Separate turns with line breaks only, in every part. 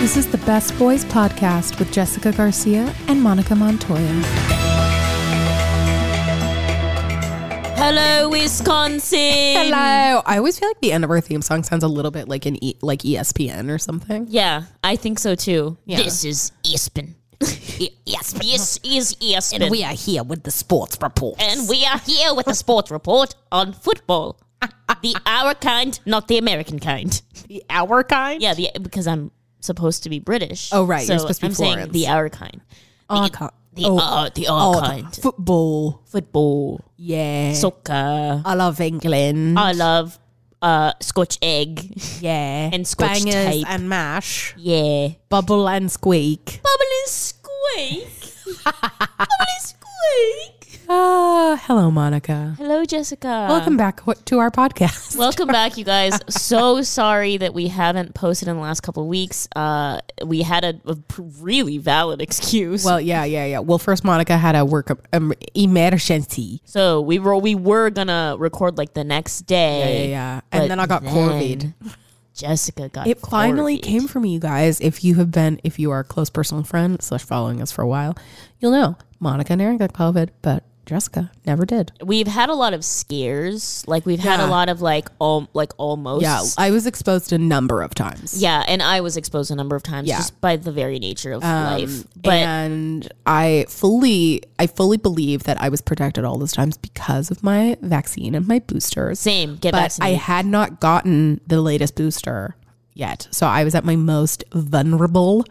This is the Best Boys podcast with Jessica Garcia and Monica Montoya.
Hello, Wisconsin.
Hello. I always feel like the end of our theme song sounds a little bit like an e- like ESPN or something.
Yeah, I think so too.
Yeah.
This is Espen. yes, this is Espen. And we,
are here with the sports report.
are here with a sports report on football. the our kind, not the American kind.
the hour kind.
Yeah, the because I'm supposed to be British.
Oh, right,
So
you're supposed to be
I'm saying
Florence.
the our kind.
Our
the,
kind.
The,
Oh,
uh, the our
Oh, the
kind.
football.
Football,
Yeah.
soccer.
I love England.
I love uh, Scotch egg.
yeah.
and Scotch
Bangers
tape.
and mash.
Yeah.
Bubble and squeak.
Bubble and squeak. Bubble and squeak.
Ah, hello, Monica.
Hello, Jessica.
Welcome back wh- to our podcast.
Welcome back, you guys. So sorry that we haven't posted in the last couple of weeks. Uh, we had a, a p- really valid excuse.
Well, yeah, yeah, yeah. Well, first, Monica had a work um, emergency.
so we were we were gonna record like the next
Yeah,
day.
yeah.
but
And then I got
then
COVID.
Jessica got
It finally
Corvid.
came from you guys. If you have been, if you are a close personal friend slash following us for a while, you'll know Monica and Aaron got COVID, but Jessica never did.
We've had a lot of scares. Like we've had
Yeah.
a lot of like um like almost.
Yeah, I was exposed a number of times.
Yeah, and I was exposed a number of times
Yeah. Um,
just by the very nature of life. But
and I fully, I fully believe that I was protected all those times because of my vaccine and my boosters.
same, get
but I
vaccinated.
had not gotten the latest booster yet. So I was at my most vulnerable.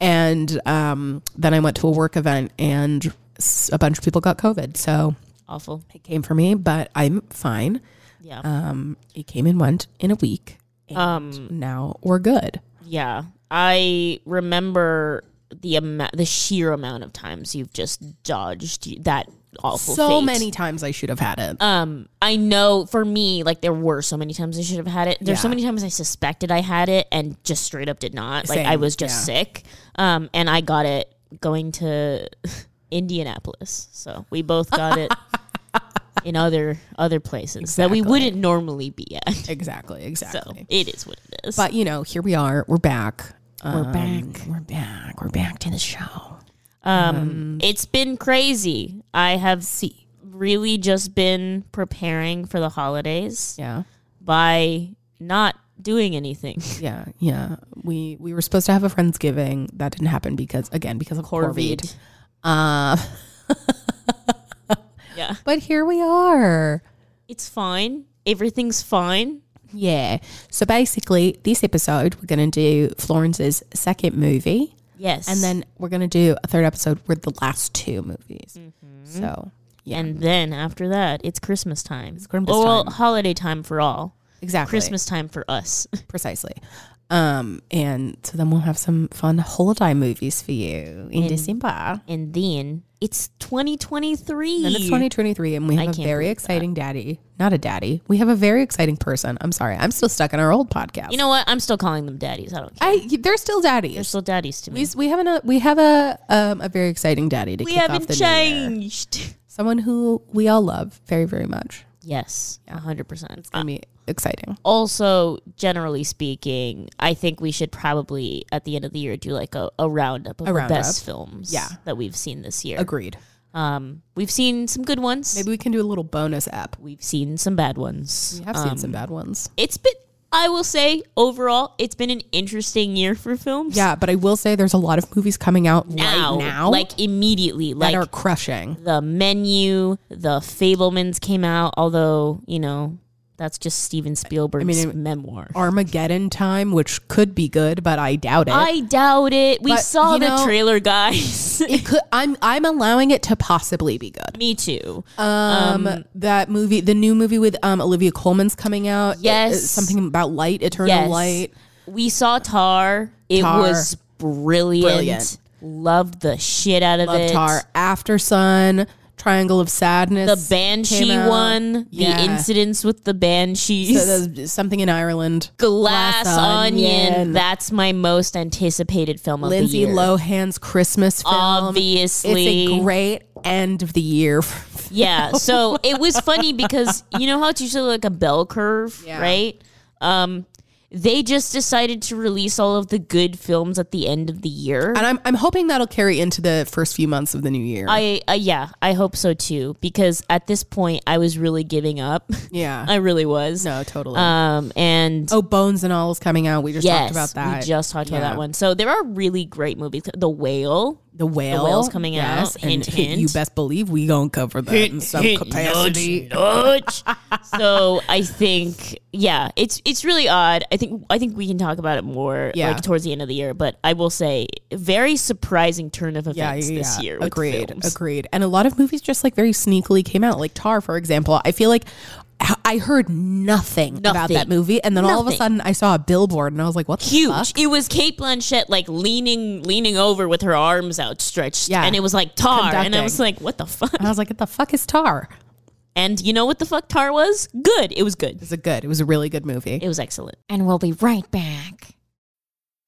And um, then I went to a work event and s- a bunch of people got COVID. So
Awful.
it came for me, but I'm fine.
Yeah.
Um, it came and went in a week. And
Um,
now we're good.
Yeah, I remember the amount, the sheer amount of times you've just dodged that awful.
So
fate.
many times I should have had it.
Um, I know for me, like there were so many times I should have had it. There's so
Yeah.
many times I suspected I had it and just straight up did not. Like I
Same,
was just sick. Um, and I got it going to Indianapolis. So we both got it in other other places that we
Exactly.
wouldn't normally be at.
exactly,
So
exactly.
it is what it is.
But you know, here we are. We're back. Um,
We're back.
We're back. We're back to the show.
Um,
Mm.
it's been crazy. I have really just been preparing for the holidays
Yeah.
by not doing anything.
Yeah, yeah. We we were supposed to have a friendsgiving. That didn't happen because again because of Corvid. Uh,
Yeah.
but here we are.
It's fine. Everything's fine.
Yeah. So basically, this episode we're going to do Florence's second movie,
Yes.
and then we're going to do a third episode with the last two movies. So yeah,
and then after that, it's Christmas time. It's
Christmas
well,
time.
holiday time for all.
exactly
Christmas time for us.
precisely. Um, and so then we'll have some fun holiday movies for you in December.
and then it's 2023.
And it's 2023, and we have a
can't
very exciting daddy. Not a daddy. We have a very exciting person. I'm sorry. I'm still stuck in our old podcast.
You know what? I'm still calling them daddies. I don't care.
I they're still
They're
daddies.
still daddies to me.
We, we have a we have a um, a very exciting daddy to
We
kick off
haven't
the new year.
changed.
Someone who we all love very very much.
Yes, a 100%.
It's gonna be exciting.
also generally speaking i think we should probably at the end of the year do like a, a roundup of the
roundup.
best films
Yeah.
that we've seen this year
Agreed.
um, we've seen some good ones
Maybe we can do a little bonus app.
we've seen some bad ones
We have seen some bad ones.
it's been i will say overall it's been an interesting year for films
Yeah, but I will say there's a lot of movies coming out
now,
right now
like immediately
that
like
are crushing.
the menu the fablemans came out although you know that's just steven spielberg's
mean, it-
memoir
Armageddon time, which could be good, but I doubt it.
I doubt it. We
But,
saw
you
the
know-
trailer, guys.
it could i'm i'm allowing it to possibly be good
Me too.
um, that movie the new movie with um olivia coleman's coming out
Yes.
it- it's something about light eternal
yes.
light
We saw Tar. It
Tar.
was brilliant.
Brilliant.
Loved the shit out of
love
it.
tar after sun triangle of sadness
The Banshee
came out.
one.
Yeah.
The incidents with the Banshees.
So there's something in ireland
Glass,
Glass
onion.
Onion.
That's my most anticipated film of
lindsay
the year.
lohan's christmas film
Obviously.
it's a great end of the year for-
Yeah. So it was funny because you know how it's usually like a bell curve,
Yeah.
right? Um, they just decided to release all of the good films at the end of the year.
And I'm I'm hoping that'll carry into the first few months of the new year.
I uh, yeah, I hope so too because at this point I was really giving up.
yeah.
I really was.
no, totally.
Um and
oh, Bones and All is coming out. We just
yes,
talked about that.
we just talked about
Yeah.
that one. So there are really great movies. The Whale.
the whale.
whale's coming out.
and
Hint, hint.
You best believe we gonna cover that in some capacity.
Nudge, nudge. so I think yeah, it's it's really odd. I think I think we can talk about it more
Yeah.
like towards the end of the year. But I will say, very surprising turn of
Yeah,
events
yeah,
this
yeah.
year. With
Agreed.
films.
Agreed. And a lot of movies just like very sneakily came out, like Tar, for example. I feel like h- I heard nothing, about
Nothing.
that movie, and then all of a
Nothing.
sudden I saw a billboard, and I was like, "What the
Huge.
fuck?
It was Kate Blanchett like leaning leaning over with her arms outstretched.
Yeah.
And it was like tar. And I
Conducting.
was like, what the fuck?
And I was like, "What the fuck is Tar?"
And you know what the fuck tar was? Good. It was good.
It was a good. It was a really good movie.
It was excellent.
and we'll be right back.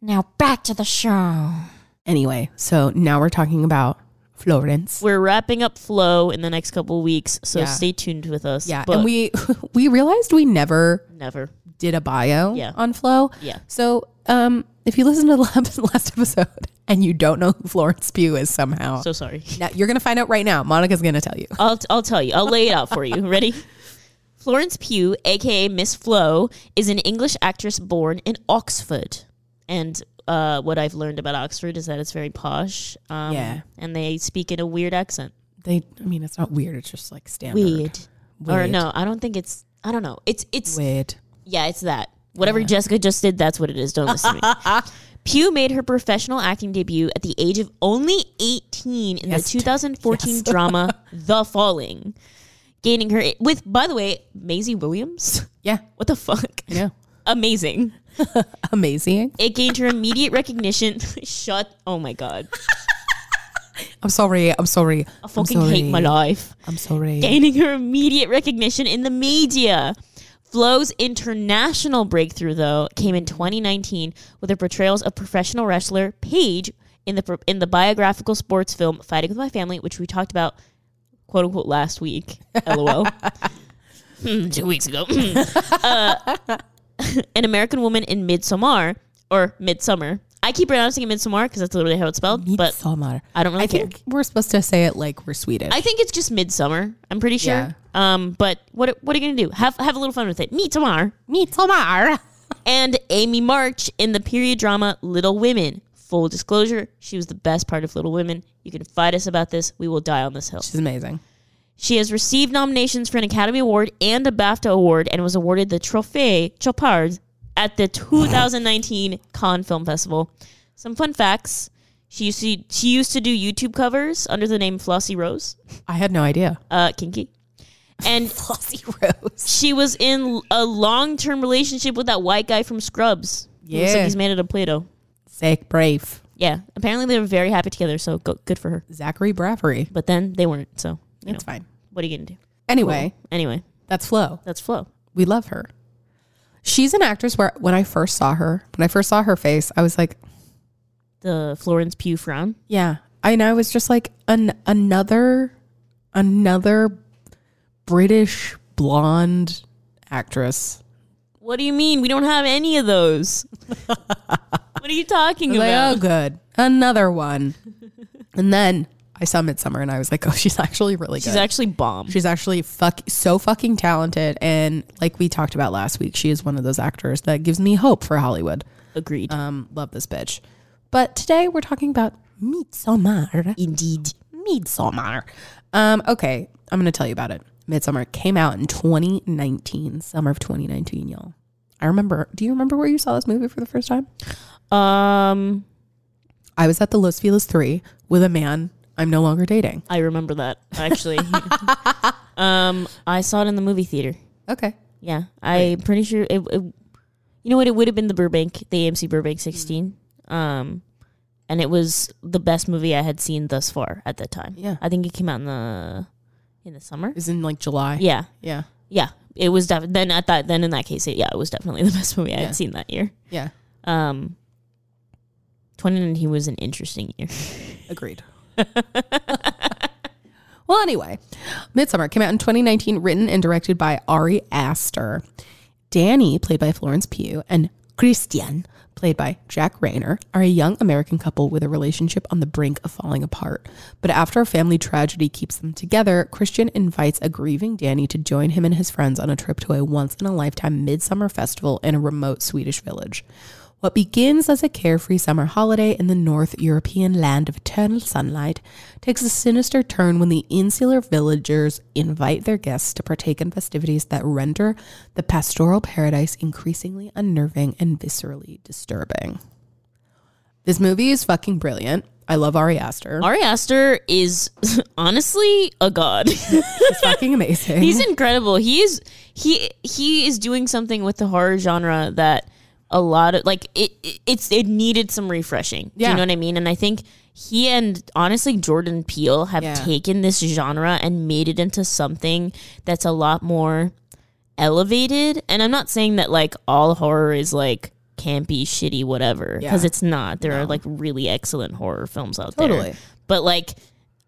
Now back to the show.
anyway, so now we're talking about Florence.
We're wrapping up Flow in the next couple weeks, so
Yeah.
stay tuned with us.
Yeah,
But
and we we realized we never
never.
did a bio
Yeah.
on Flow.
Yeah.
So um, if you listen to the last- last episode and you don't know who Florence Pugh is somehow,
So sorry.
now you're gonna find out right now. Monica's gonna tell you.
I'll, t- I'll tell you. I'll lay it out for you. Ready? Florence Pugh, aka Miss Flo, is an English actress born in Oxford. And uh, what I've learned about Oxford is that it's very posh. Um,
Yeah.
And they speak in a weird accent.
They, I mean, it's not weird. It's just like standard.
Weird. Or
Weird.
no, I don't think it's. I don't know. It's it's
Weird.
Yeah, it's that. Whatever Jessica just did, that's what it is. Don't listen to me. Pugh made her professional acting debut at the age of only 18 in
Yes.
the 2014 drama The Falling, gaining her with, by the way, Maisie Williams.
Yeah.
What the fuck?
Yeah.
Amazing.
Amazing.
It gained her immediate recognition. Shut. Oh my God.
I'm sorry. I'm sorry.
I fucking hate my life.
I'm sorry.
gaining her immediate recognition in the media. Flo's international breakthrough, though, came in 2019 with her portrayals of professional wrestler Paige in the in the biographical sports film "Fighting with My Family," which we talked about, quote unquote, last week. LOL. Hmm, Two weeks ago, Hmm. uh, an American woman in Midsommar or Midsummer. I keep pronouncing it Midsommar because that's literally how it's spelled. But
Midsommar.
I don't really
I
care.
think we're supposed to say it like we're Swedish.
I think it's just midsummer. I'm pretty sure.
Yeah.
Um, but what what are you gonna do? Have have a little fun with it. Meet Tamar
Midsommar.
and Amy March in the period drama Little Women. Full disclosure, she was the best part of Little Women. You can fight us about this. We will die on this hill.
She's amazing.
She has received nominations for an Academy Award and a BAFTA Award and was awarded the Trophée Chopard at the 2019 Cannes Film Festival. Some fun facts. She used to, she used to do YouTube covers under the name Flossie Rose.
I had no idea.
Uh, kinky. And
Flossie Rose.
she was in a long term relationship with that white guy from Scrubs. Yeah. Looks
Yeah.
like he's made it a Play Doh.
Zach Brave.
Yeah. Apparently they were very happy together, so go- good for her.
Zachary Bravery.
But then they weren't, so you know,
It's fine.
what are you going to do?
Anyway,
Anyway,
that's Flo.
that's Flo.
We love her. She's an actress where when I first saw her, when I first saw her face, I was like,
The Florence Pugh frown.
Yeah. I know. I was just like an another another British blonde actress.
What do you mean? We don't have any of those. what are you talking
I was like,
about?
oh good. Another one. and then I saw Midsummer and I was like, oh, she's actually really good.
She's actually bomb.
She's actually fuck so fucking talented and like we talked about last week, she is one of those actors that gives me hope for Hollywood.
Agreed.
Um, love this bitch. But today we're talking about Midsommar.
Indeed.
Midsommar. Um, okay, I'm gonna tell you about it. Midsommar came out in 2019, summer of 2019, y'all. I remember. Do you remember where you saw this movie for the first time?
Um,
I was at the Los Feliz Three with a man I'm no longer dating.
I remember that actually. um, I saw it in the movie theater.
Okay,
Yeah, I'm pretty sure it, it- You know what? It would have been the Burbank, the AMC
Mm-hmm.
Burbank 16. Um, and it was the best movie I had seen thus far at that time.
Yeah.
I think it came out in the in the summer.
Is in like July.
Yeah,
Yeah.
yeah. It was def- then at that then in that case, it, yeah, it was definitely the best movie I
Yeah.
had seen that year.
Yeah.
Um, 2019 was an interesting year.
Agreed. well, anyway, Midsummer came out in 2019, written and directed by Ari Aster. Danny, played by Florence Pugh, and Christian, played by Jack Rayner, are a young American couple with a relationship on the brink of falling apart. But after a family tragedy keeps them together, Christian invites a grieving Danny to join him and his friends on a trip to a once in a lifetime midsummer festival in a remote Swedish village. What begins as a carefree summer holiday in the North European land of eternal sunlight takes a sinister turn when the insular villagers invite their guests to partake in festivities that render the pastoral paradise increasingly unnerving and viscerally disturbing. This movie is fucking brilliant. I love Ari Aster.
Ari Aster is honestly a god.
He's fucking amazing.
He's incredible. He is he he is doing something with the horror genre that a lot of like it, it it's it needed some refreshing. Do
Yeah.
you know what I mean? And I think he and honestly Jordan Peele have
Yeah.
taken this genre and made it into something that's a lot more elevated. And I'm not saying that like all horror is like campy, shitty, whatever, because
Yeah.
it's not. There are like really excellent horror films out
Totally.
there. But like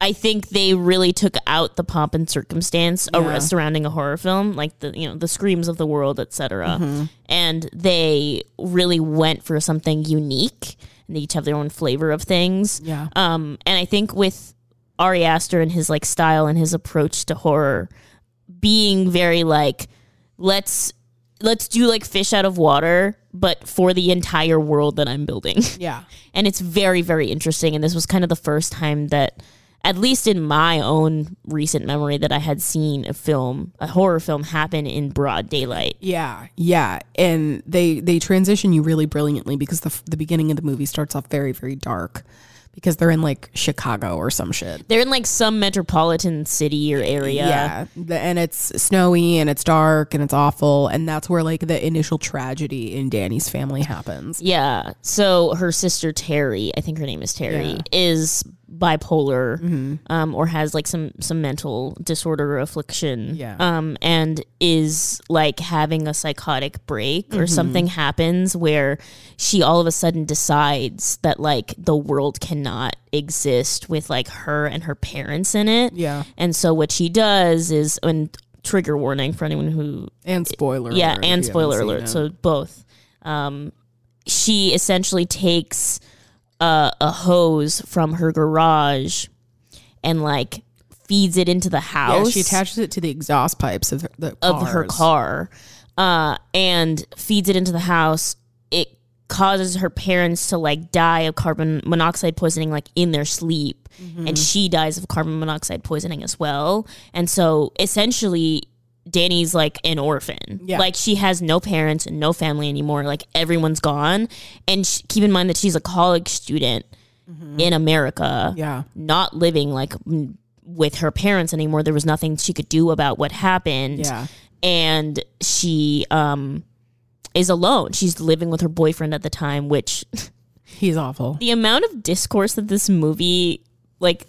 I think they really took out the pomp and circumstance ar-
Yeah.
surrounding a horror film, like the you know the screams of the world, etc.
Mm-hmm.
And they really went for something unique, and they each have their own flavor of things.
Yeah.
Um, and I think with Ari Aster and his like style and his approach to horror being very like let's let's do like fish out of water, but for the entire world that I'm building
yeah.
and it's very very interesting and this was kind of the first time that at least in my own recent memory that i had seen a film a horror film happen in broad daylight
Yeah, yeah, and they they transition you really brilliantly because the f- the beginning of the movie starts off very very dark because they're in like Chicago or some shit.
they're in like some metropolitan city or area
Yeah, the- and it's snowy and it's dark and it's awful, and that's where like the initial tragedy in Danny's family happens.
Yeah. So her sister Terry, I think her name is Terry, is bipolar
Mm-hmm.
um, or has like some some mental disorder or affliction.
Yeah.
Um, and is like having a psychotic break or
Mm-hmm.
something happens where she all of a sudden decides that like the world cannot exist with like her and her parents in it.
Yeah,
And so what she does is and trigger warning for anyone who
and spoiler. alert
yeah,
if
and
you haven't
spoiler
seen
alert.
it.
So both. Um, she essentially takes uh, a hose from her garage and like feeds it into the
yeah,
house
she attaches it to the exhaust pipes of the
of her
cars.
car uh, and feeds it into the house. It causes her parents to like die of carbon monoxide poisoning, like in their sleep.
Mm-hmm.
And she dies of carbon monoxide poisoning as well. And so essentially, Danny's like an orphan.
Yeah.
Like she has no parents and no family anymore. Like everyone's gone. And sh- keep in mind that she's a college student in America
Mm-hmm. Yeah,
not living like m- with her parents anymore. There was nothing she could do about what happened.
yeah,
And she um is alone. She's living with her boyfriend at the time, which
he's awful.
the amount of discourse that this movie like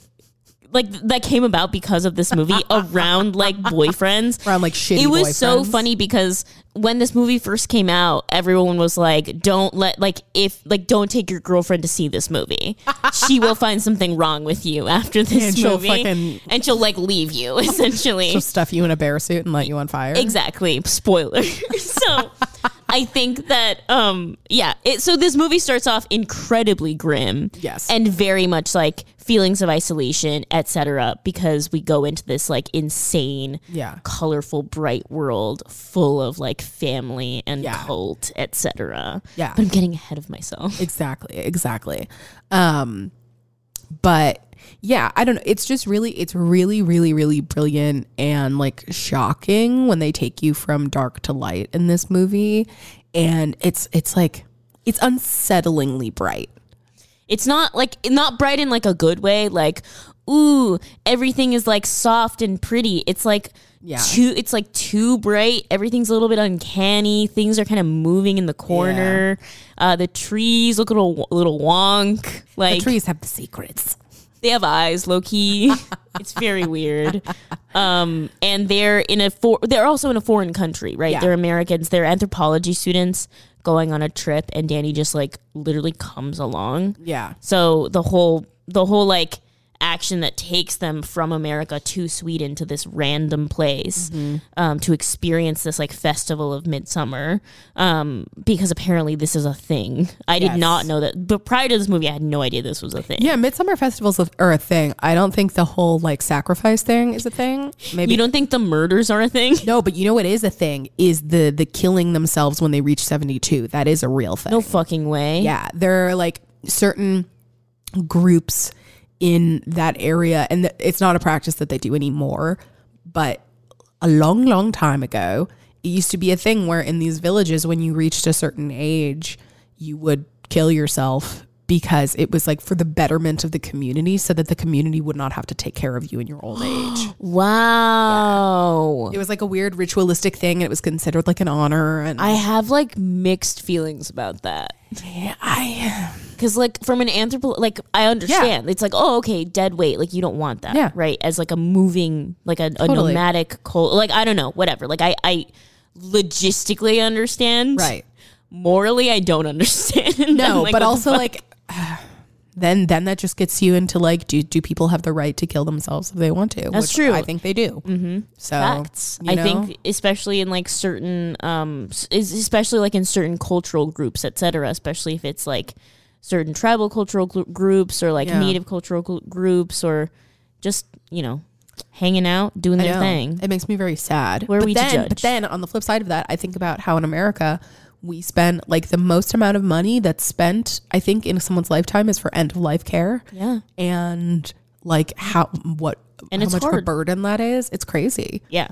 like that came about because of this movie around like boyfriends
Around like shitty.
it was so
boyfriends.
funny because when this movie first came out everyone was like don't let like if like don't take your girlfriend to see this movie she will find something wrong with you after this
And she'll
movie
fucking-
and she'll like leave you essentially
She'll stuff you in a bear suit and light you on fire.
Exactly. Spoiler. so I think that um yeah, it, so this movie starts off incredibly grim.
Yes.
And very much like feelings of isolation, etc., because we go into this like insane
Yeah.
colorful bright world full of like family and
Yeah.
cult, etc.
Yeah.
But I'm getting ahead of myself.
exactly exactly um but yeah i don't know it's just really it's really really really brilliant and like shocking when they take you from dark to light in this movie and it's it's like it's unsettlingly bright
It's not like not bright in like a good way, like ooh, everything is like soft and pretty. It's like
Yeah.
too it's like too bright. Everything's a little bit uncanny. Things are kind of moving in the corner. Uh, the trees look a little little wonk. Like
the trees have the secrets.
they have eyes, low key. it's very weird. Um, and they're in a for- they're also in a foreign country, right?
Yeah.
They're Americans. They're anthropology students going on a trip, and Danny just like literally comes along.
Yeah.
So the whole the whole like action that takes them from America to Sweden to this random place um, to experience this like festival of midsummer um, because apparently this is a thing. I
Yes.
did not know that, but prior to this movie, I had no idea this was a thing.
Yeah, midsummer festivals of- are a thing. I don't think the whole like sacrifice thing is a thing. Maybe
You don't think the murders are a thing?
no, but you know what is a thing is the the killing themselves when they reach seventy two. That is a real thing.
No fucking way.
Yeah, there are like certain groups in that area, and th- it's not a practice that they do anymore. But a long, long time ago, it used to be a thing where in these villages, when you reached a certain age, you would kill yourself because it was like for the betterment of the community so that the community would not have to take care of you in your old age.
Wow.
It was like a weird ritualistic thing and it was considered like an honor and
I have like mixed feelings about that.
I
Cause like from an anthropo, like I understand. It's like oh okay, dead weight. Like you don't want that,
Yeah.
right? As like a moving, like a, a
Totally.
nomadic cult. Like I don't know, whatever. Like I, I logistically understand.
right.
Morally, I don't understand.
No,
I'm like,
but
what the
also
fuck?
like then then that just gets you into like do do people have the right to kill themselves if they want to?
That's true.
I think they do. Mm-hmm. So
facts.
you
I
know,
think especially in like certain um s- is- especially like in certain cultural groups, etc., especially if it's like certain tribal cultural gr- groups or like
Yeah.
native cultural gr- groups or just, you know, hanging out, doing
I
their
know.
thing.
It makes me very sad.
Who are
but
we to
then, But
judge?
then on the flip side of that, I think about how in America we spend like the most amount of money that's spent, I think, in someone's lifetime is for end of life care.
Yeah.
And like how what
And
how
it's
much of a
hard.
burden that is. It's crazy.
Yeah.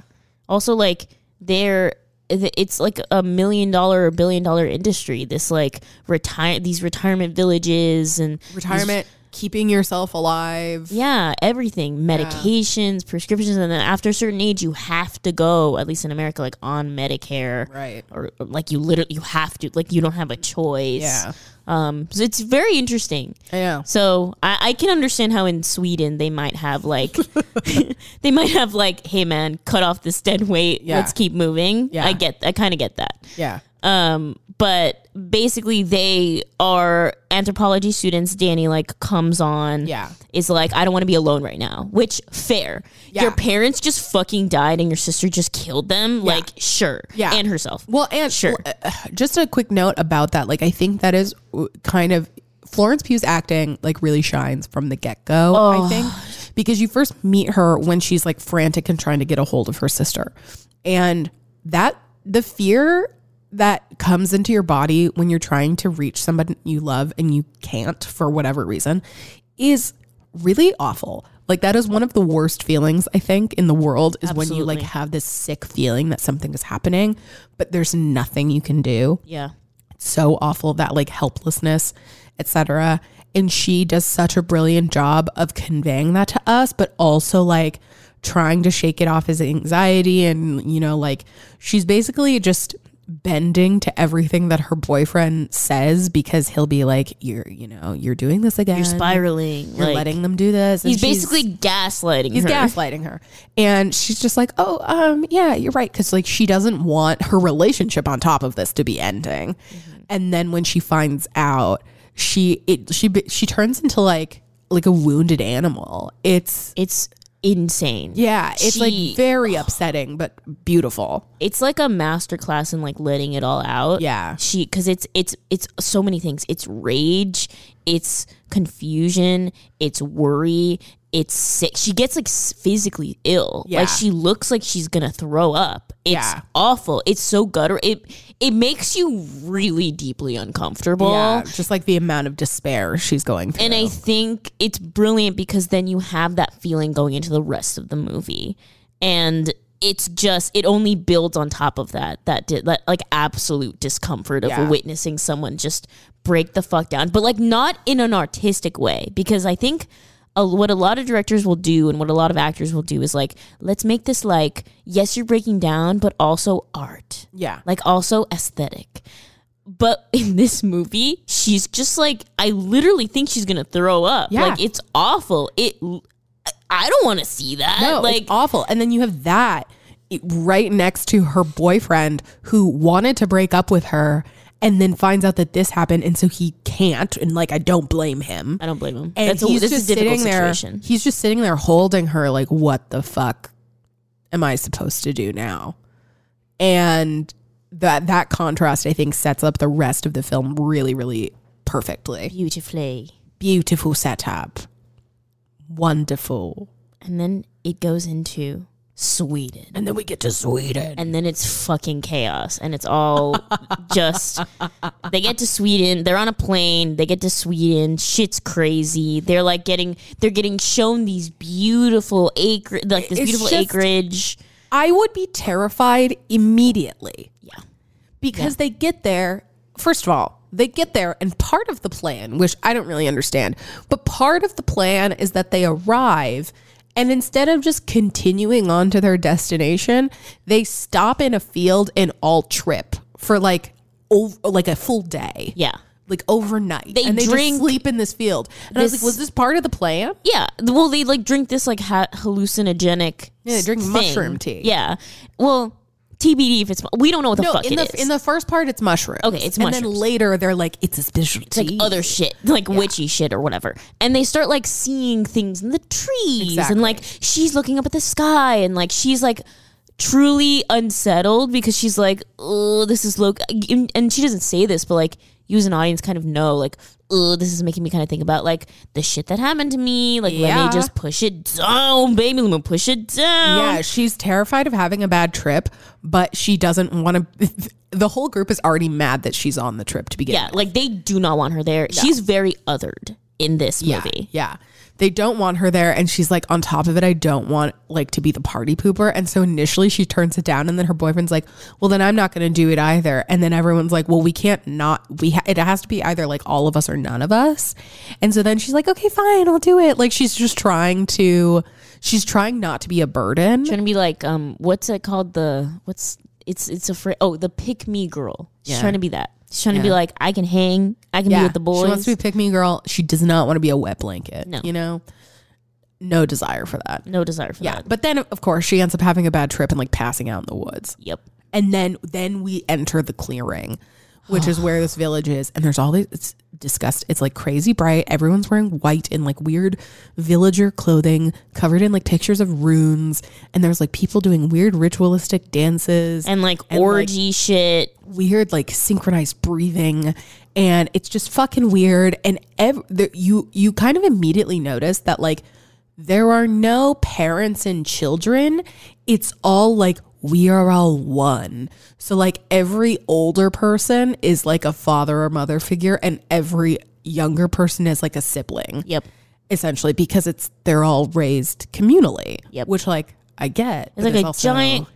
Also, like they're th- it's like a million dollar or billion dollar industry. This like retire these retirement villages and these-
Retirement, keeping yourself alive.
yeah, everything medications, prescriptions, and then after a certain age, you have to go at least in America like on Medicare,
Right.
Or, or, like you literally you have to like you don't have a choice.
Yeah.
Um. So it's very interesting.
I know.
So I, I can understand how in Sweden they might have like they might have like, hey man, cut off this dead weight.
Yeah.
Let's keep moving.
Yeah.
I get I kinda get that.
Yeah.
Um but basically they are anthropology students, Danny like comes on
Yeah.
is like, I don't want to be alone right now. Which fair.
Yeah.
Your parents just fucking died and your sister just killed them. Like sure.
Yeah.
And herself.
Well, and
Sure.
well, uh, uh, just a quick note about that. Like, I think that is uh, kind of Florence Pugh's acting like really shines from the get go. I think because you first meet her when she's like frantic and trying to get a hold of her sister, and that the fear that comes into your body when you're trying to reach somebody you love and you can't for whatever reason is really awful. Like that is one of the worst feelings I think in the world is when you like have this sick feeling that something is happening, but there's nothing you can do.
yeah.
It's so awful that like helplessness, etc. And she does such a brilliant job of conveying that to us, but also like trying to shake it off as anxiety and you know like she's basically just bending to everything that her boyfriend says because he'll be like you're you know you're doing this again
Spiraling.
you're
like,
letting them do this. and
He's
she's-
basically gaslighting
he's
her.
gaslighting her, and she's just like, "Oh, um, yeah, you're right," because like she doesn't want her relationship on top of this to be ending. And then when she finds out, she it she be- she turns into like like a wounded animal. It's
it's insane.
yeah, it's
She-
like very upsetting but beautiful.
it's like a masterclass in like letting it all out.
Yeah.
She cuz it's it's it's so many things. It's rage, it's confusion, it's worry, it's sick. She gets like s- physically ill.
Yeah.
Like she looks like she's going to throw up. It's
Yeah.
awful. It's so gutter. It it makes you really deeply uncomfortable.
yeah, just like the amount of despair she's going through.
And I think it's brilliant because then you have that feeling going into the rest of the movie. And it's just it only builds on top of that that di- that like absolute discomfort of
Yeah.
witnessing someone just break the fuck down, but like not in an artistic way because I think a, what a lot of directors will do and what a lot of actors will do is like, let's make this like, yes, you're breaking down, but also art,
Yeah.
like also aesthetic. But in this movie, she's just like, I literally think she's gonna throw up.
Yeah.
Like it's awful. It, I- I don't want to see that.
No,
like,
it's awful. And then you have that i- right next to her boyfriend who wanted to break up with her and then finds out that this happened and so he can't and like I don't blame him.
I don't blame him.
And
Uh, That's a, this is a difficult
there.
situation.
He's just sitting there holding her like what the fuck am I supposed to do now? And that that contrast I think sets up the rest of the film really really perfectly.
Beautifully.
Beautiful setup. Wonderful.
And then it goes into Sweden.
And then we get to Sweden.
And then it's fucking chaos. And it's all just. They get to Sweden. They're on a plane. They get to Sweden. Shit's crazy. They're like getting. They're getting shown these beautiful acre, like this
It's
beautiful
just-
acreage.
I would be terrified immediately.
Yeah.
Because they get there, first of all, they get there, and part of the plan, which I don't really understand, but part of the plan is that they arrive and instead of just continuing on to their destination, they stop in a field and all trip for like over, like a full day.
Yeah.
Like overnight.
They
and they
drink
just sleep in this field. And I was like,
this-
was this part of the plan?
Yeah. Well, they like drink this like ha- hallucinogenic.
Yeah, they drink
thing.
mushroom tea.
Yeah. Well, TBD if it's. We don't know what the fuck
in
it
the
is.
in the first part it's mushrooms.
Okay, it's
and then
mushrooms.
later they're like it's a special tea.
like other shit, like witchy shit or whatever. And they start like seeing things in the trees
Exactly.
and like she's looking up at the sky and like she's like truly unsettled because she's like, oh, this is look. And and she doesn't say this, but like you as an audience kind of know, like, oh, this is making me kind of think about like the shit that happened to me. Like, let
Yeah.
me just push it down, baby. Let me push it down.
Yeah, she's terrified of having a bad trip, but she doesn't want to. The whole group is already mad that she's on the trip to begin.
Yeah.
with.
Like they do not want her there. She's very othered in this
yeah,
movie.
yeah. They don't want her there, and she's like, on top of it, I don't want like to be the party pooper. And so initially she turns it down, and then her boyfriend's like, well, then I'm not going to do it either. And then everyone's like, well, we can't not. We ha- it has to be either like all of us or none of us. And so then she's like, okay, fine, I'll do it. Like she's just trying to. She's trying not to be a burden.
trying to be like um what's it called the what's it's it's a fr- oh the pick me girl she's trying to be that she's trying to be like i can hang i can be with the boys
She wants to be pick me girl. She does not want to be a wet blanket.
No.
You know? No desire for that.
no desire for
Yeah.
that
But then of course she ends up having a bad trip and like passing out in the woods.
yep
And then then we enter the clearing, which is where this village is. And there's all these it's disgust. It's like crazy bright. Everyone's wearing white and like weird villager clothing covered in like pictures of runes. And there's like people doing weird ritualistic dances
and like
And, like,
orgy shit
weird like synchronized breathing and it's just fucking weird and ev- the, you you kind of immediately notice that like there are no parents and children it's all like we are all one so like every older person is like a father or mother figure and every younger person is like a sibling
yep
essentially because it's they're all raised communally
Yep.
which like i get
it's like a giant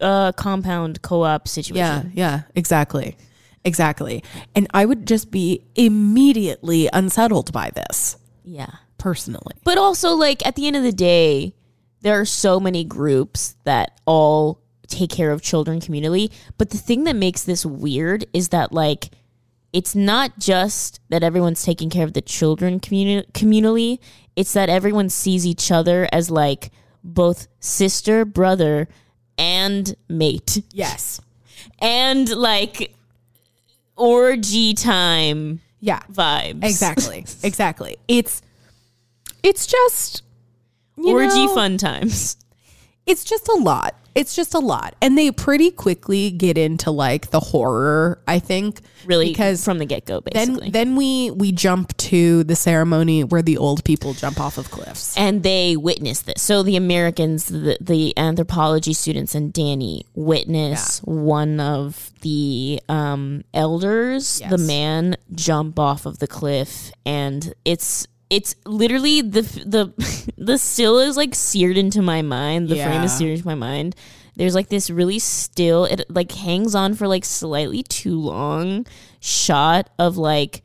uh compound co-op situation
yeah, yeah, exactly. Exactly. And I would just be immediately unsettled by this
yeah.
personally.
But also, like at the end of the day, there are so many groups that all take care of children communally. But the thing that makes this weird is that like it's not just that everyone's taking care of the children communi- communally. It's that everyone sees each other as like both sister, brother, and mate,
Yes.
and like orgy time
Yeah.
vibes.
Exactly. exactly. It's it's just you
orgy
know,
fun times.
It's just a lot. It's just a lot. And they pretty quickly get into like the horror, I think.
Really,
because
from the get go,
then
basically.
then we we jump to the ceremony where the old people jump off of cliffs.
and they witness this. So the Americans, the, the anthropology students, and Danny witness one of the um, elders, the man, jump off of the cliff, and it's it's literally the the the still is like seared into my mind. The frame is
Yeah.
seared into my mind. There's like this really still, it like hangs on for like slightly too long shot of like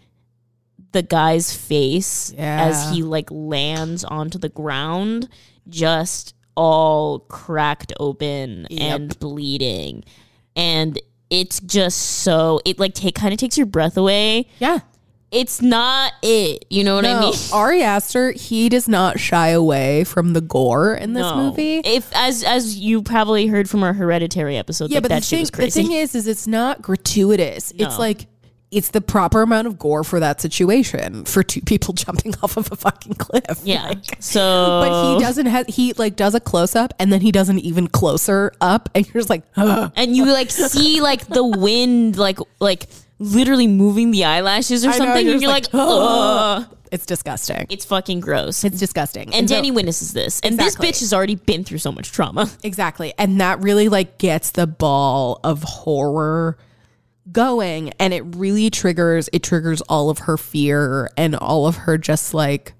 the guy's face as
Yeah.
he like lands onto the ground, just all cracked open and bleeding, and it's just so it like take kind of takes your breath away.
Yeah.
It's not it, you know what
No,
I mean?
Ari Aster, he does not shy away from the gore in this
No.
movie.
If as as you probably heard from our hereditary episode,
yeah,
like,
but
that
the,
shit
thing,
was crazy.
the thing is, is it's not gratuitous. It's like it's the proper amount of gore for that situation for two people jumping off of a fucking cliff.
yeah. Oh.
Like,
so
but he doesn't have he like does a close up and then he does an even closer up and you're just like Ugh.
and you like see like the wind like like literally moving the eyelashes or
know,
something
you're just
and you're like,
like,
Ugh.
it's disgusting.
it's fucking gross
It's disgusting.
and
so-
Danny witnesses this and
Exactly.
this bitch has already been through so much trauma
Exactly. And that really like gets the ball of horror going and it really triggers it triggers all of her fear and all of her just like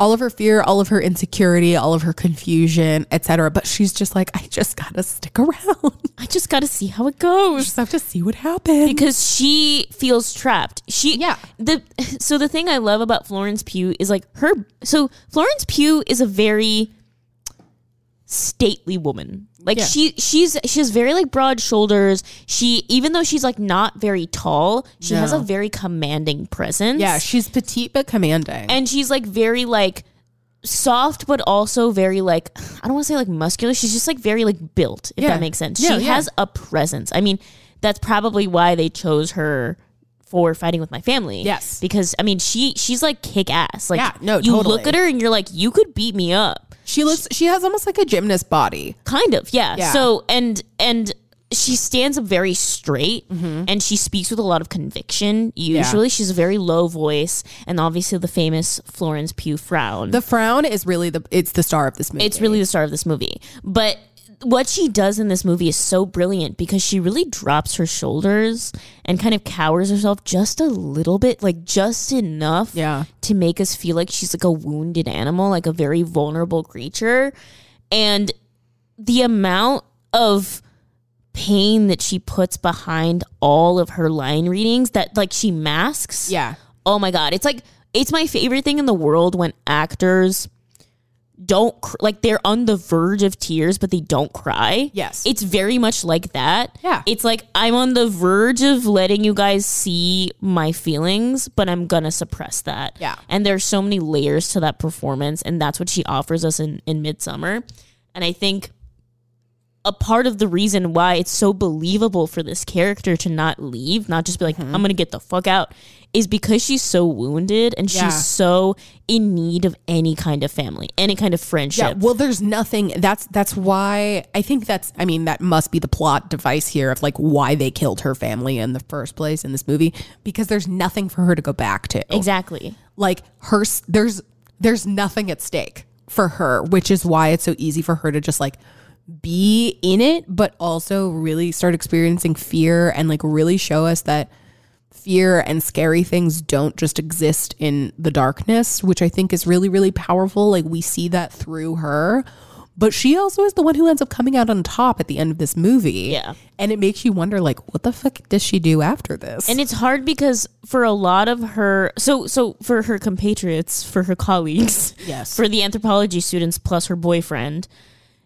all of her fear, all of her insecurity, all of her confusion, etc. But she's just like I just got to stick around.
I just gotta see how it goes
just have to see what happens.
because she feels trapped she
Yeah.
the so the thing I love about Florence Pugh is like her so Florence Pugh is a very stately woman. Like
Yeah.
she she's she has very like broad shoulders. She even though she's like not very tall, she has a
No.
very commanding presence.
yeah, she's petite but commanding.
and she's like very like soft but also very like I don't want to say like muscular. She's just like very like built, if
Yeah.
that makes sense.
Yeah,
she
yeah.
has a presence. I mean, that's probably why they chose her for fighting with my family.
Yes.
Because I mean she she's like kick ass. Like
Yeah, no,
you look
totally.
at her and you're like, you could beat me up.
she looks she has almost like a gymnast body.
Kind of, yeah.
Yeah.
So and and she stands up very straight
Mm-hmm.
and she speaks with a lot of conviction. Usually she's a very low voice and obviously the famous Florence Pugh frown.
The frown is really the it's the star of this movie.
it's really the star of this movie. But what she does in this movie is so brilliant because she really drops her shoulders and kind of cowers herself just a little bit, like just enough
Yeah.
to make us feel like she's like a wounded animal, like a very vulnerable creature. And the amount of pain that she puts behind all of her line readings that like she masks
yeah.
oh my god it's like it's my favorite thing in the world when actors don't cr- like they're on the verge of tears but they don't cry
Yes.
it's very much like that
Yeah.
it's like i'm on the verge of letting you guys see my feelings but i'm gonna suppress that
Yeah.
and there's so many layers to that performance and that's what she offers us in in midsummer and i think a part of the reason why it's so believable for this character to not leave, not just be like,
Mm-hmm.
I'm gonna get the fuck out, is because she's so wounded and
Yeah.
she's so in need of any kind of family, any kind of
Yeah,
friendship.
well, there's nothing. That's that's why I think that's. I mean, that must be the plot device here of like why they killed her family in the first place in this movie because there's nothing for her to go back to.
exactly.
Like her, s- there's there's nothing at stake for her, which is why it's so easy for her to just like be in it, but also really start experiencing fear and like really show us that fear and scary things don't just exist in the darkness, which I think is really, really powerful. Like we see that through her. But she also is the one who ends up coming out on top at the end of this movie.
Yeah.
And it makes you wonder, like, what the fuck does she do after this?
And it's hard because for a lot of her, so so for her compatriots, for her colleagues,
Yes.
for the anthropology students plus her boyfriend,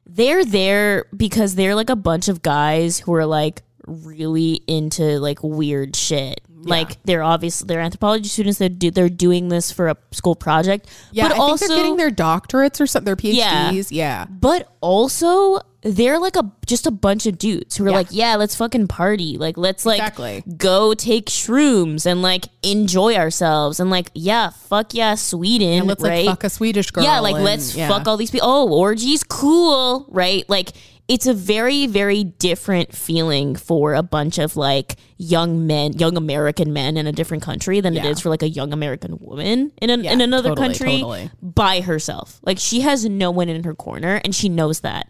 they're there because they're like a bunch of guys who are like really into like weird shit. Like they're obviously they're anthropology students. They're do, they're doing this for a school project,
yeah,
but
I
also
think they're getting their doctorates or something, their
Yeah.
PhDs. Yeah.
but also they're like a just a bunch of dudes who are like, yeah, let's fucking party. Like let's like
Exactly.
go take shrooms and like enjoy ourselves and like yeah, fuck yeah, Sweden,
Let's
right?
like fuck a Swedish girl.
yeah, like
and-
let's
yeah.
fuck all these people. Oh, orgies, cool, right? Like it's a very very different feeling for a bunch of like young men, young American men in a different country than it
Yeah.
is for like a young American woman in an,
Yeah,
in another
totally,
country
totally.
by herself. Like she has no one in her corner and she knows that.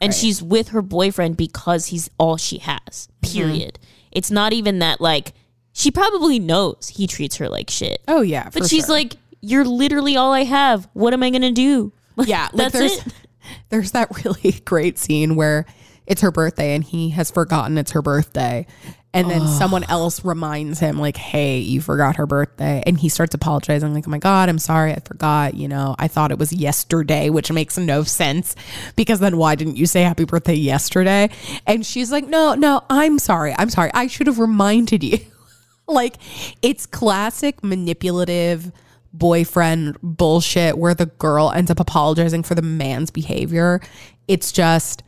And she's with her boyfriend because he's all she has.
Mm-hmm.
Period. It's not even that like she probably knows he treats her like shit.
Oh yeah,
but
for
she's
sure.
like you're literally all I have. What am I going to do?
Yeah, like
That's
there's
it.
there's that really great scene where it's her birthday and he has forgotten it's her birthday And then someone else reminds him, like, hey, you forgot her birthday. And he starts apologizing, like, oh my God, I'm sorry, I forgot. You know, I thought it was yesterday, which makes no sense because then why didn't you say happy birthday yesterday? And she's like, no, no, I'm sorry. I'm sorry. I should have reminded you. like, it's classic manipulative boyfriend bullshit where the girl ends up apologizing for the man's behavior. It's just.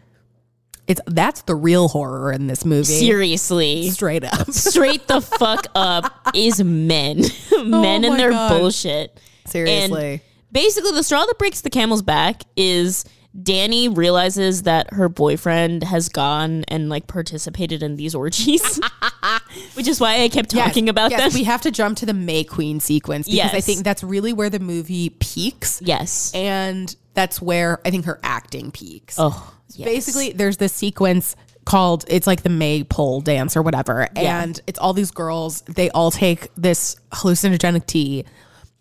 It's that's the real horror in this movie
Seriously.
straight up.
Straight the fuck up is men. men
my
and their
God.
bullshit.
Seriously.
And basically, the straw that breaks the camel's back is Danny realizes that her boyfriend has gone and like participated in these orgies, which is why I kept talking about
yes,
them.
we have to jump to the May Queen sequence because I
Yes.
think that's really where the movie peaks,
yes.
and that's where I think her acting peaks.
oh, yes.
Basically, there's this sequence called it's like the maypole dance or whatever, and it's all these girls. They all take this hallucinogenic tea.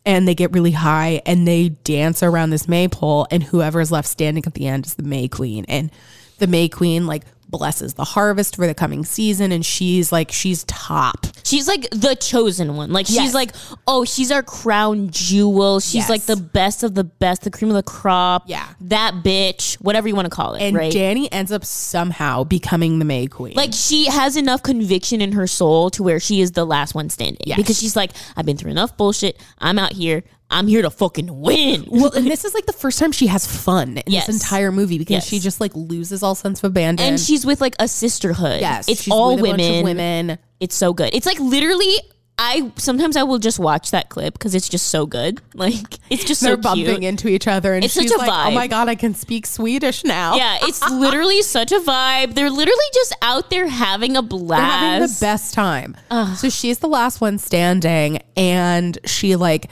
And they get really high and they dance around this maypole, and whoever is left standing at the end is the May Queen. And the May Queen like blesses the harvest for the coming season, and she's like she's top.
She's like the chosen one. Like
Yes.
she's like, oh, she's our crown jewel. She's
Yes.
like the best of the best, the cream of the crop.
Yeah.
That bitch, whatever you want to call it.
and
right.
Danny ends up somehow becoming the May Queen.
like she has enough conviction in her soul to where she is the last one standing.
Yes.
Because she's like, I've been through enough bullshit. I'm out here. I'm here to fucking win.
well, and this is like the first time she has fun in
Yes.
this entire movie because
Yes.
she just like loses all sense of abandon.
and she's with like a sisterhood.
yes,
It's
she's
all
with a bunch of
women.
women.
It's so good. It's like literally. I sometimes I will just watch that clip because it's just so good. Like it's just
They're
so
bumping
cute.
into each other, and
It's such
she's
a
like, "Oh
vibe.
my god, I can speak Swedish now."
Yeah, it's literally such a vibe. They're literally just out there having a blast.
They're having the best time. So she's the last one standing, and she like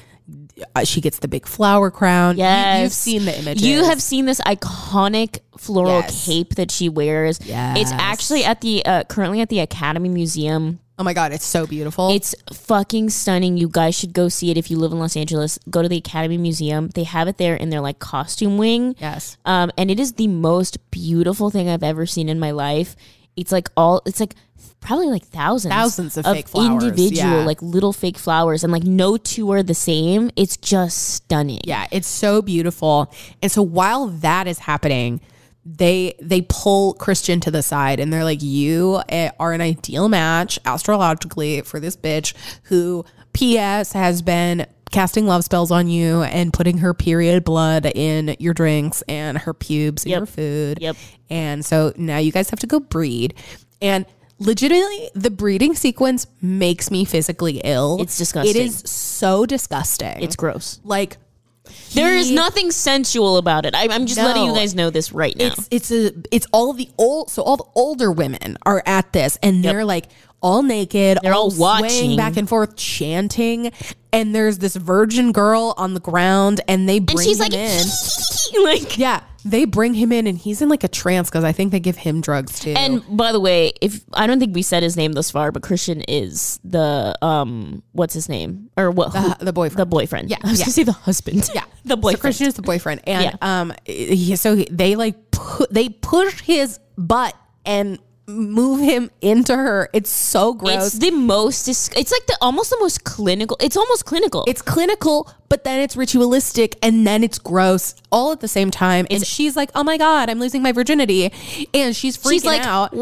uh, she gets the big flower crown. You-
Yes.
you've seen the images.
You have seen this iconic floral
Yes.
cape that she wears.
Yes.
It's actually at the uh, currently at the Academy Museum.
Oh my god, it's so beautiful.
It's fucking stunning. You guys should go see it if you live in Los Angeles. Go to the Academy Museum. They have it there in their like costume wing.
yes.
Um, and it is the most beautiful thing I've ever seen in my life. It's like all it's like probably like thousands
Thousands of fake flowers,
individual
yeah.
like little fake flowers and like no two are the same. It's just stunning.
Yeah, it's so beautiful. And so while that is happening, they they pull Christian to the side and they're like, "You eh, are an ideal match astrologically for this bitch who, P.S. has been." Casting love spells on you and putting her period blood in your drinks and her pubes in your food.
Yep.
And so now you guys have to go breed. And legitimately, the breeding sequence makes me physically ill.
It's disgusting.
It is so disgusting.
It's gross.
like
There is
he-
nothing sensual about it. I, I'm just letting you
No.
guys know this right now.
It's it's a it's all the old so all the older women are at this and they're like all naked,
They're all
swaying
watching.
back and forth, chanting, and there's this virgin girl on the ground, and they bring
and she's
him in.
like, like.
yeah, they bring him in, and he's in like a trance because I think they give him drugs too.
And by the way, if I don't think we said his name thus far, but Christian is the um, what's his name or what? who-
the boyfriend.
the boyfriend.
Yeah,
I was
yeah.
gonna say the husband.
yeah,
the
So
boyfriend.
Christian is the boyfriend, and
Yeah.
um, he, so he- they like pu- they push his butt and move him into her. It's so gross.
It's the most. Dis- it's like the almost the most clinical. It's almost clinical.
it's clinical, but then it's ritualistic and then it's gross all at the same time. and she's like, oh my God, I'm losing my virginity. And she's freaking
she's like
out.
we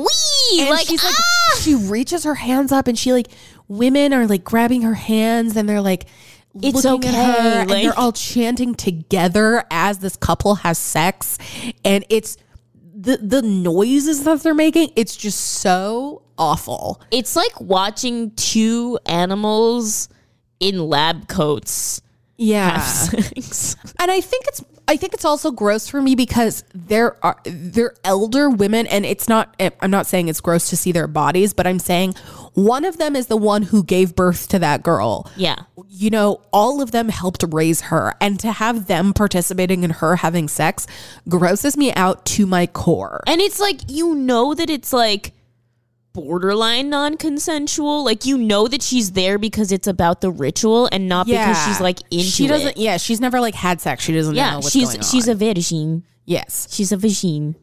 And
like,
she's like,
ah!
she reaches her hands up and she like, women are like grabbing her hands and they're like,
It's
looking at
okay,
her, and they're
like-
all chanting together as this couple has sex. And it's the, the noises that they're making, it's just so awful.
It's like watching two animals in lab coats.
Yeah.
Sex.
and I think it's I think it's also gross for me because there are they're elder women, and it's not. eh, I'm not saying it's gross to see their bodies, but I'm saying one of them is the one who gave birth to that girl.
yeah.
You know, all of them helped raise her, and to have them participating in her having sex grosses me out to my core.
And it's like you know that it's like borderline non-consensual. Like you know that she's there because it's about the ritual and not because she's like into
she doesn't.
it.
Yeah, she's never like had sex. She doesn't know
Yeah,
what's
she's
going on.
she's a virgin.
yes.
She's a virgin.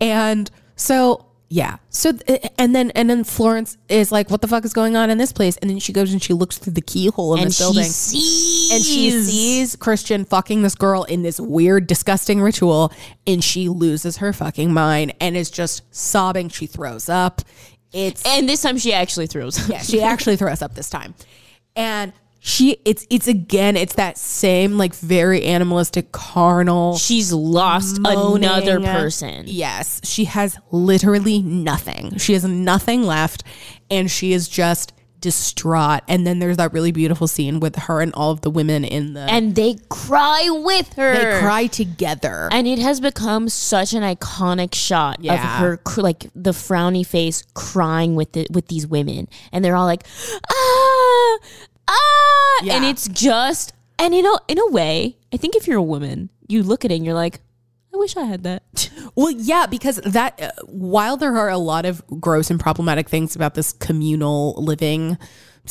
And so Yeah. So th- and then and then Florence is like, "What the fuck is going on in this place?" And then she goes and she looks through the keyhole in
and
this
she
building,
sees.
and she sees Christian fucking this girl in this weird, disgusting ritual, and she loses her fucking mind and is just sobbing. She throws up. It's
And this time she actually throws.
yeah, she actually throws up this time, and she it's it's again it's that same like very animalistic carnal
She's lost another
moaning.
person.
Yes, she has literally nothing. She has nothing left, and she is just distraught. And then there's that really beautiful scene with her and all of the women in the.
And they cry with her.
they cry together.
And it has become such an iconic shot of
Yeah.
her, cr- like the frowny face, crying with the, with these women, and they're all like, ah, ah, and
Yeah.
it's just, and in a in a way, I think if you're a woman, you look at it and you're like, I wish I had that.
well, yeah, because that uh, while there are a lot of gross and problematic things about this communal living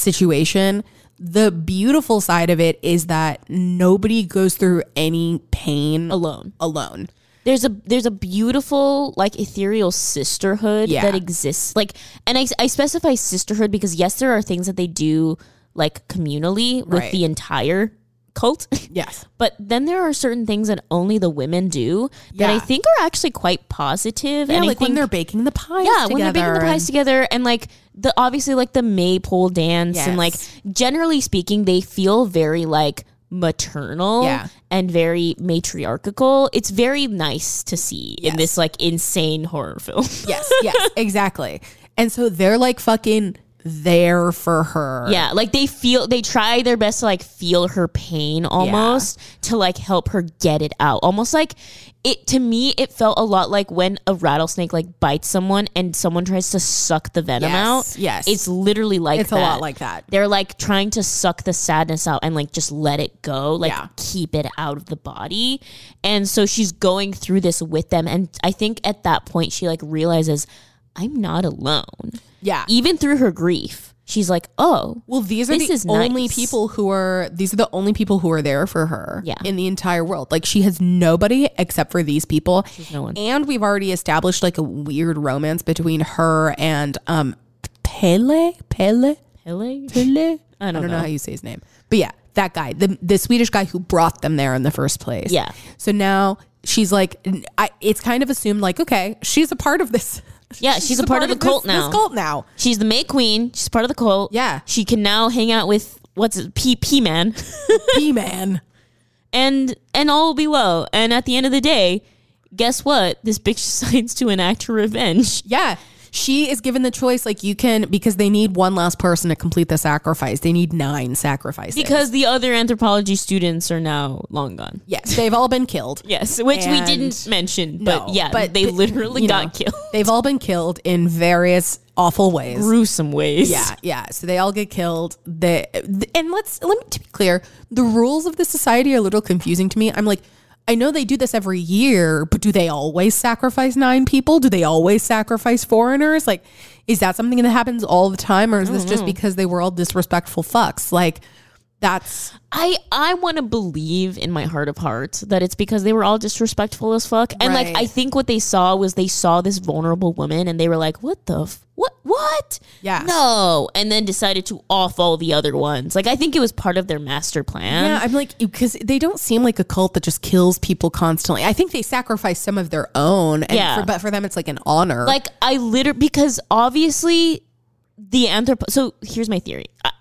situation, the beautiful side of it is that nobody goes through any pain
Alone.
Alone.
there's a there's a beautiful like ethereal sisterhood
Yeah.
that exists like and I, I specify sisterhood because yes there are things that they do like communally with
Right.
the entire cult
Yes.
but then there are certain things that only the women do that i
Yeah.
think are actually quite positive
Yeah,
and
like
I think,
when they're baking the pies.
yeah when they're baking the
together
pies
and-
together and like the obviously like the maypole dance and like
Yes.
generally speaking they feel very like maternal
Yeah.
and very matriarchal it's very nice to see in
Yes.
this like insane horror film
Yes, yes, exactly. And so they're like fucking there for her.
yeah like they feel they try their best to like feel her pain almost to like help her get it out almost like it to me it felt a lot like when a rattlesnake like bites someone and someone tries to suck the venom
Yes,
out
yes.
it's literally like
It's a lot
that.
like that.
they're like trying to suck the sadness out and like just let it go like
Yeah.
keep it out of the body and so she's going through this with them and i think at that point she like realizes i'm not alone
Yeah.
even through her grief she's like oh
Well, these are
E This is
the only
nice.
people who are these are the only people who are there for her
Yeah.
in the entire world. Like she has nobody except for these people.
no one.
And we've already established like a weird romance between her and um Pele, Pele,
Pele?
Pele.
I don't know.
how you say his name. But yeah, that guy, the the Swedish guy who brought them there in the first place.
Yeah.
So now she's like n- I, it's kind of assumed like okay, she's a part of this.
Yeah, she's, a part, of the
this-
cult now.
This cult now.
She's the May Queen. She's part of the cult.
Yeah.
She can now hang out with what's it, P P Man,
P-man.
and and all will be well. And at the end of the day, guess what? This bitch decides to enact her revenge.
Yeah. She is given the choice, like you can, because they need one last person to complete the sacrifice. They need nine sacrifices.
Because the other anthropology students are now long gone.
yes, they've all been killed.
Yes, which we
And-
didn't mention, but
No,
yeah, they
th-
literally
you
got
know,
killed.
They've all been killed in various awful ways.
Gruesome ways.
Yeah, yeah. So they all get killed. They and let's let me to be clear, the rules of the society are a little confusing to me. I'm like, I know they do this every year, but do they always sacrifice nine people? Do they always sacrifice foreigners? Like, is that something that happens all the time, or is this just because they were all disrespectful fucks? Like, that's
I I want to believe in my heart of hearts that it's because they were all disrespectful as fuck, and like
Right.
I think what they saw was they saw this vulnerable woman, and they were like, "What the f- what what?
Yeah.
no," and then decided to off all the other ones. Like I think it was part of their master plan.
yeah. I'm like because they don't seem like a cult that just kills people constantly. I think they sacrifice some of their own. And
Yeah.
for, but for them, it's like an honor.
Like I literally because obviously the anthrop. So here's my theory. Uh,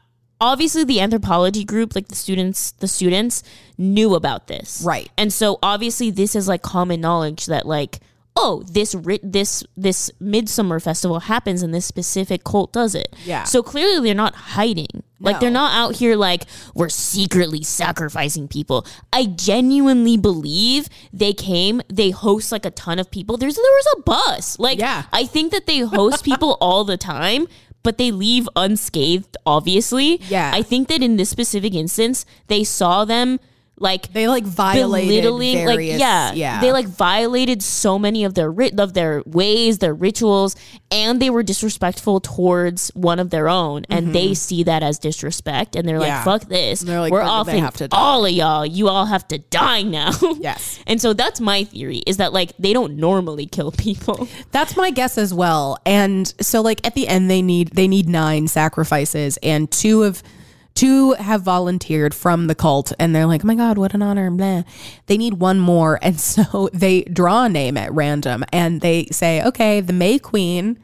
Obviously, the anthropology group, like the students, the students knew about this,
Right.
And so obviously, this is like common knowledge that like, oh, this ri- this this midsummer festival happens, and this specific cult does it.
Yeah.
So clearly, they're not hiding. Like they're
No.
not out here like we're secretly sacrificing people. I genuinely believe they came. They host like a ton of people. There's there was a bus. Like
Yeah.
I think that they host people all the time, but they leave unscathed. Obviously,
Yeah.
I think that in this specific instance, they saw them like
They like violated
belittling,
various,
like yeah, They like violated so many of their ri- of their ways, their rituals, and they were disrespectful towards one of their own, and they see that as disrespect, and they're
Mm-hmm. Yeah.
like, "Fuck this!
And they're like,
we're
"Then they
offing
have to die."
all of y'all. You all have to die now."
Yes.
and so that's my theory is that like they don't normally kill people.
That's my guess as well. And so like at the end they need they need nine sacrifices and two of two have volunteered from the cult and they're like, "Oh my god, what an honor." Blah. They need one more and so they draw a name at random and they say, "Okay, the May Queen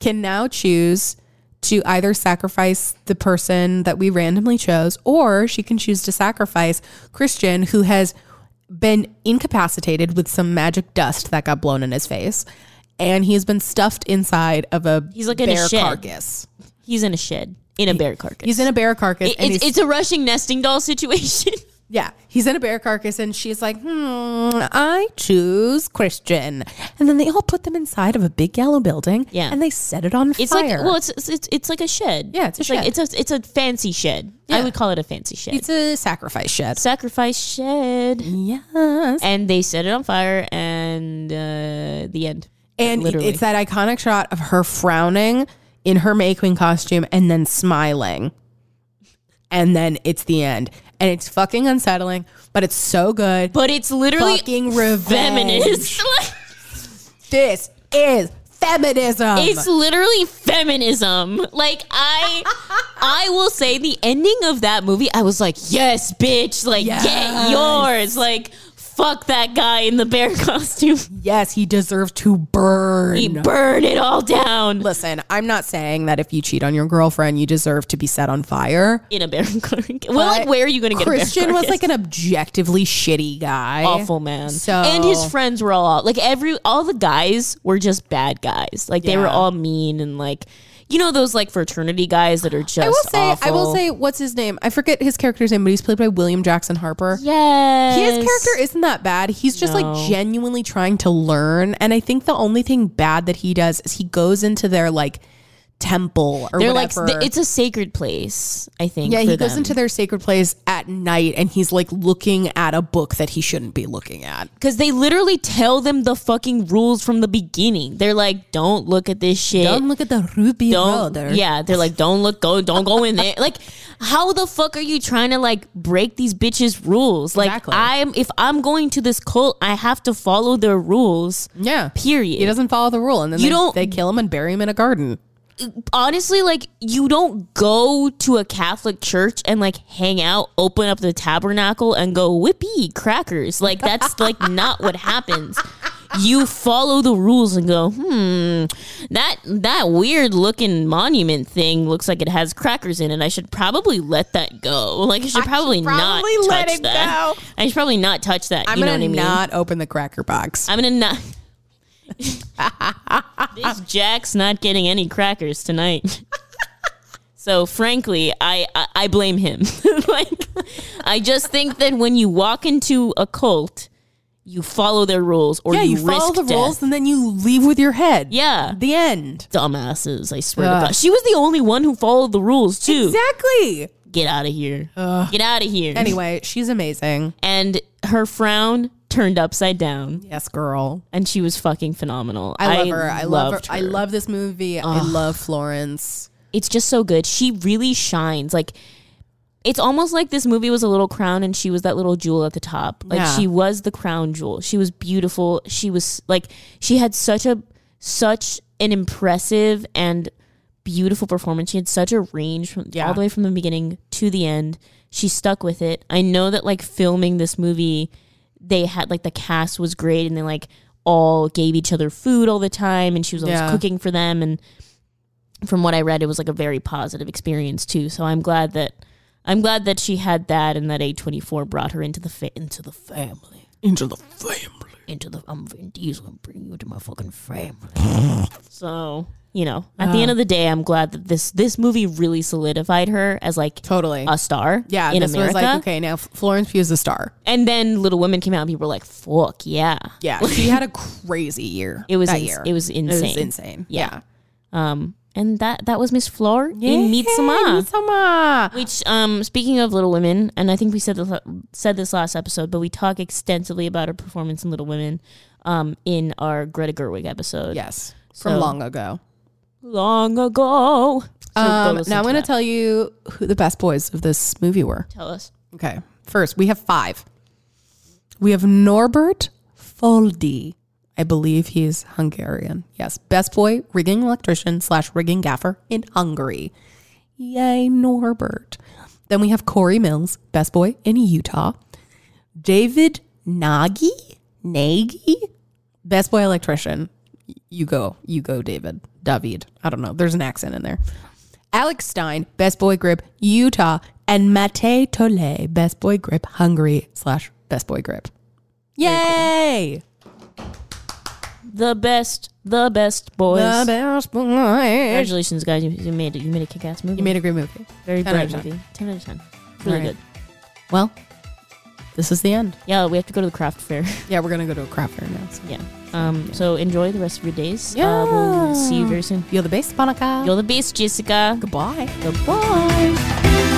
can now choose to either sacrifice the person that we randomly chose or she can choose to sacrifice Christian who has been incapacitated with some magic dust that got blown in his face and he's been stuffed inside of a
He's like in a
bear
shed.
carcass.
He's in a shed in a bear carcass.
He's in a bear carcass
It-
and
it's,
he's,
it's a rushing nesting doll situation.
yeah, he's in a bear carcass and she's like, "Hmm, I choose Christian." And then they all put them inside of a big yellow building
Yeah.
and they set it on
It's
fire.
like well, it's, it's it's it's like a shed.
Yeah, it's a
like,
shed.
it's a it's a fancy shed. I
Yeah.
would call it a fancy shed.
it's Mm-hmm. a sacrifice shed.
sacrifice shed.
Yes.
And they set it on fire, and uh, the end.
And
Literally.
it's that iconic shot of her frowning in her May Queen costume and then smiling. And then it's the end. And it's fucking unsettling, but it's so good.
But it's literally
fucking revenge.
feminist.
This is feminism.
it's literally feminism. Like I, I will say the ending of that movie. I was like, yes, bitch. Like get
Yes.
yours. Like fuck that guy in the bear costume.
yes, he deserves to burn.
He burn it all down
Listen, I'm not saying that if you cheat on your girlfriend, you deserve to be set on fire.
in a bear carcass. Well, like where are you going to get a
Christian
bear
was like
carcass?
an objectively shitty guy.
awful man.
So-
and his friends were all like every all the guys were just bad guys. Like they were
Yeah.
all mean and like you know those like fraternity guys that are just.
I will say, I will
awful?
say, what's his name? I forget his character's name, but he's played by William Jackson Harper.
Yes.
His character isn't that bad. He's just like genuinely trying to learn. And I think the only thing bad that he does is he goes into their like temple or
They're like
whatever.
th- it's a sacred place. I think.
yeah,
for
he goes
them.
into their sacred place at night and he's like looking at a book that he shouldn't be looking at.
because they literally tell them the fucking rules from the beginning. They're like, don't look at this shit.
look at the ruby
don't yeah they're like don't look go don't go in there like how the fuck are you trying to like break these bitches rules like
Exactly.
i'm if i'm going to this cult i have to follow their rules
Yeah.
period
He doesn't follow the rule. And then
You
they,
don't-
they kill him and bury him in a garden.
honestly like you don't go to a catholic church and like hang out open up the tabernacle and go whippy crackers like that's like not what happens you follow the rules and go hmm that that weird looking monument thing looks like it has crackers in it i should probably let that go like i should probably, not
probably
touch
let it
that
go.
i should probably not touch that
I'm
you know
going
what i
to
mean
not open the cracker box.
i'm gonna not this jack's not getting any crackers tonight so frankly i i, I blame him like i just think that when you walk into a cult you follow their rules or
yeah, you,
you,
follow
risk
the
death.
rules and then you leave with your head.
yeah
The end.
dumbasses. I swear
Ugh.
to God, she was the only one who followed the rules too.
Exactly.
Get out of here! Get out of here!
Anyway, she's amazing.
and her frown turned upside down,
Yes, girl.
and she was fucking phenomenal.
I love her. I love her.
loved
I love this movie. I love Florence.
It's just so good. She really shines. Like. It's almost like this movie was a little crown and she was that little jewel at the top. Like
Yeah.
she was the crown jewel. She was beautiful. She was like she had such a such an impressive and beautiful performance. She had such a range from
Yeah.
all the way from the beginning to the end. She stuck with it. I know that like filming this movie, they had like the cast was great and they like all gave each other food all the time and she was always
Yeah.
cooking for them and from what I read it was like a very positive experience too. So I'm glad that I'm glad that she had that and that A24 brought her into the fa- into the family.
Into the family.
Into the I'm Vin Diesel and bring you to my fucking family. so, you know, at the end of the day I'm glad that this this movie really solidified her as like
Totally.
a star
Uh, yeah,
in
this
America.
was like, okay, now F- Florence Pugh is a star.
And then Little Women came out and people were like, "Fuck, yeah."
Yeah, she had a crazy year.
It was
that
ins-
year.
it was
It was
insane.
insane.
Yeah.
Yeah.
Um, and that that was Miss Floor in
Yay,
Mitsuma.
Midsommar.
Which, um, speaking of Little Women, and I think we said this, said this last episode, but we talk extensively about her performance in Little Women, um, in our Greta Gerwig episode.
Yes. From
So-
long ago.
long ago. So go
Um,
listen
now I'm
to
going to
that.
tell you who the best boys of this movie were.
tell us.
Okay. First, we have five. We have Norbert Foldy. I believe he's Hungarian. Yes. Best boy, rigging electrician slash rigging gaffer in Hungary. Yay, Norbert. Then we have Corey Mills, best boy in Utah. David Nagy, Nagy, best boy electrician. Y- You go, you go, David. David. I don't know. There's an accent in there. Alex Stein, best boy grip, Utah, and Mate Tole, best boy grip, Hungary slash best boy grip. Yay!
The best, the best boys.
The best boy.
Congratulations, guys! You, you made it. You made a kick-ass movie.
You made a great movie.
very
10
bright
out of 10.
movie. Ten out of ten. It's really
All right.
good.
Well, this is the end.
Yeah, we have to go to the craft fair.
Yeah, we're gonna go to a craft fair now. So.
yeah. Um. So enjoy the rest of your days. Uh, we'll see you very soon.
You're the best, Monica.
You're the best, Jessica.
Goodbye.
Goodbye.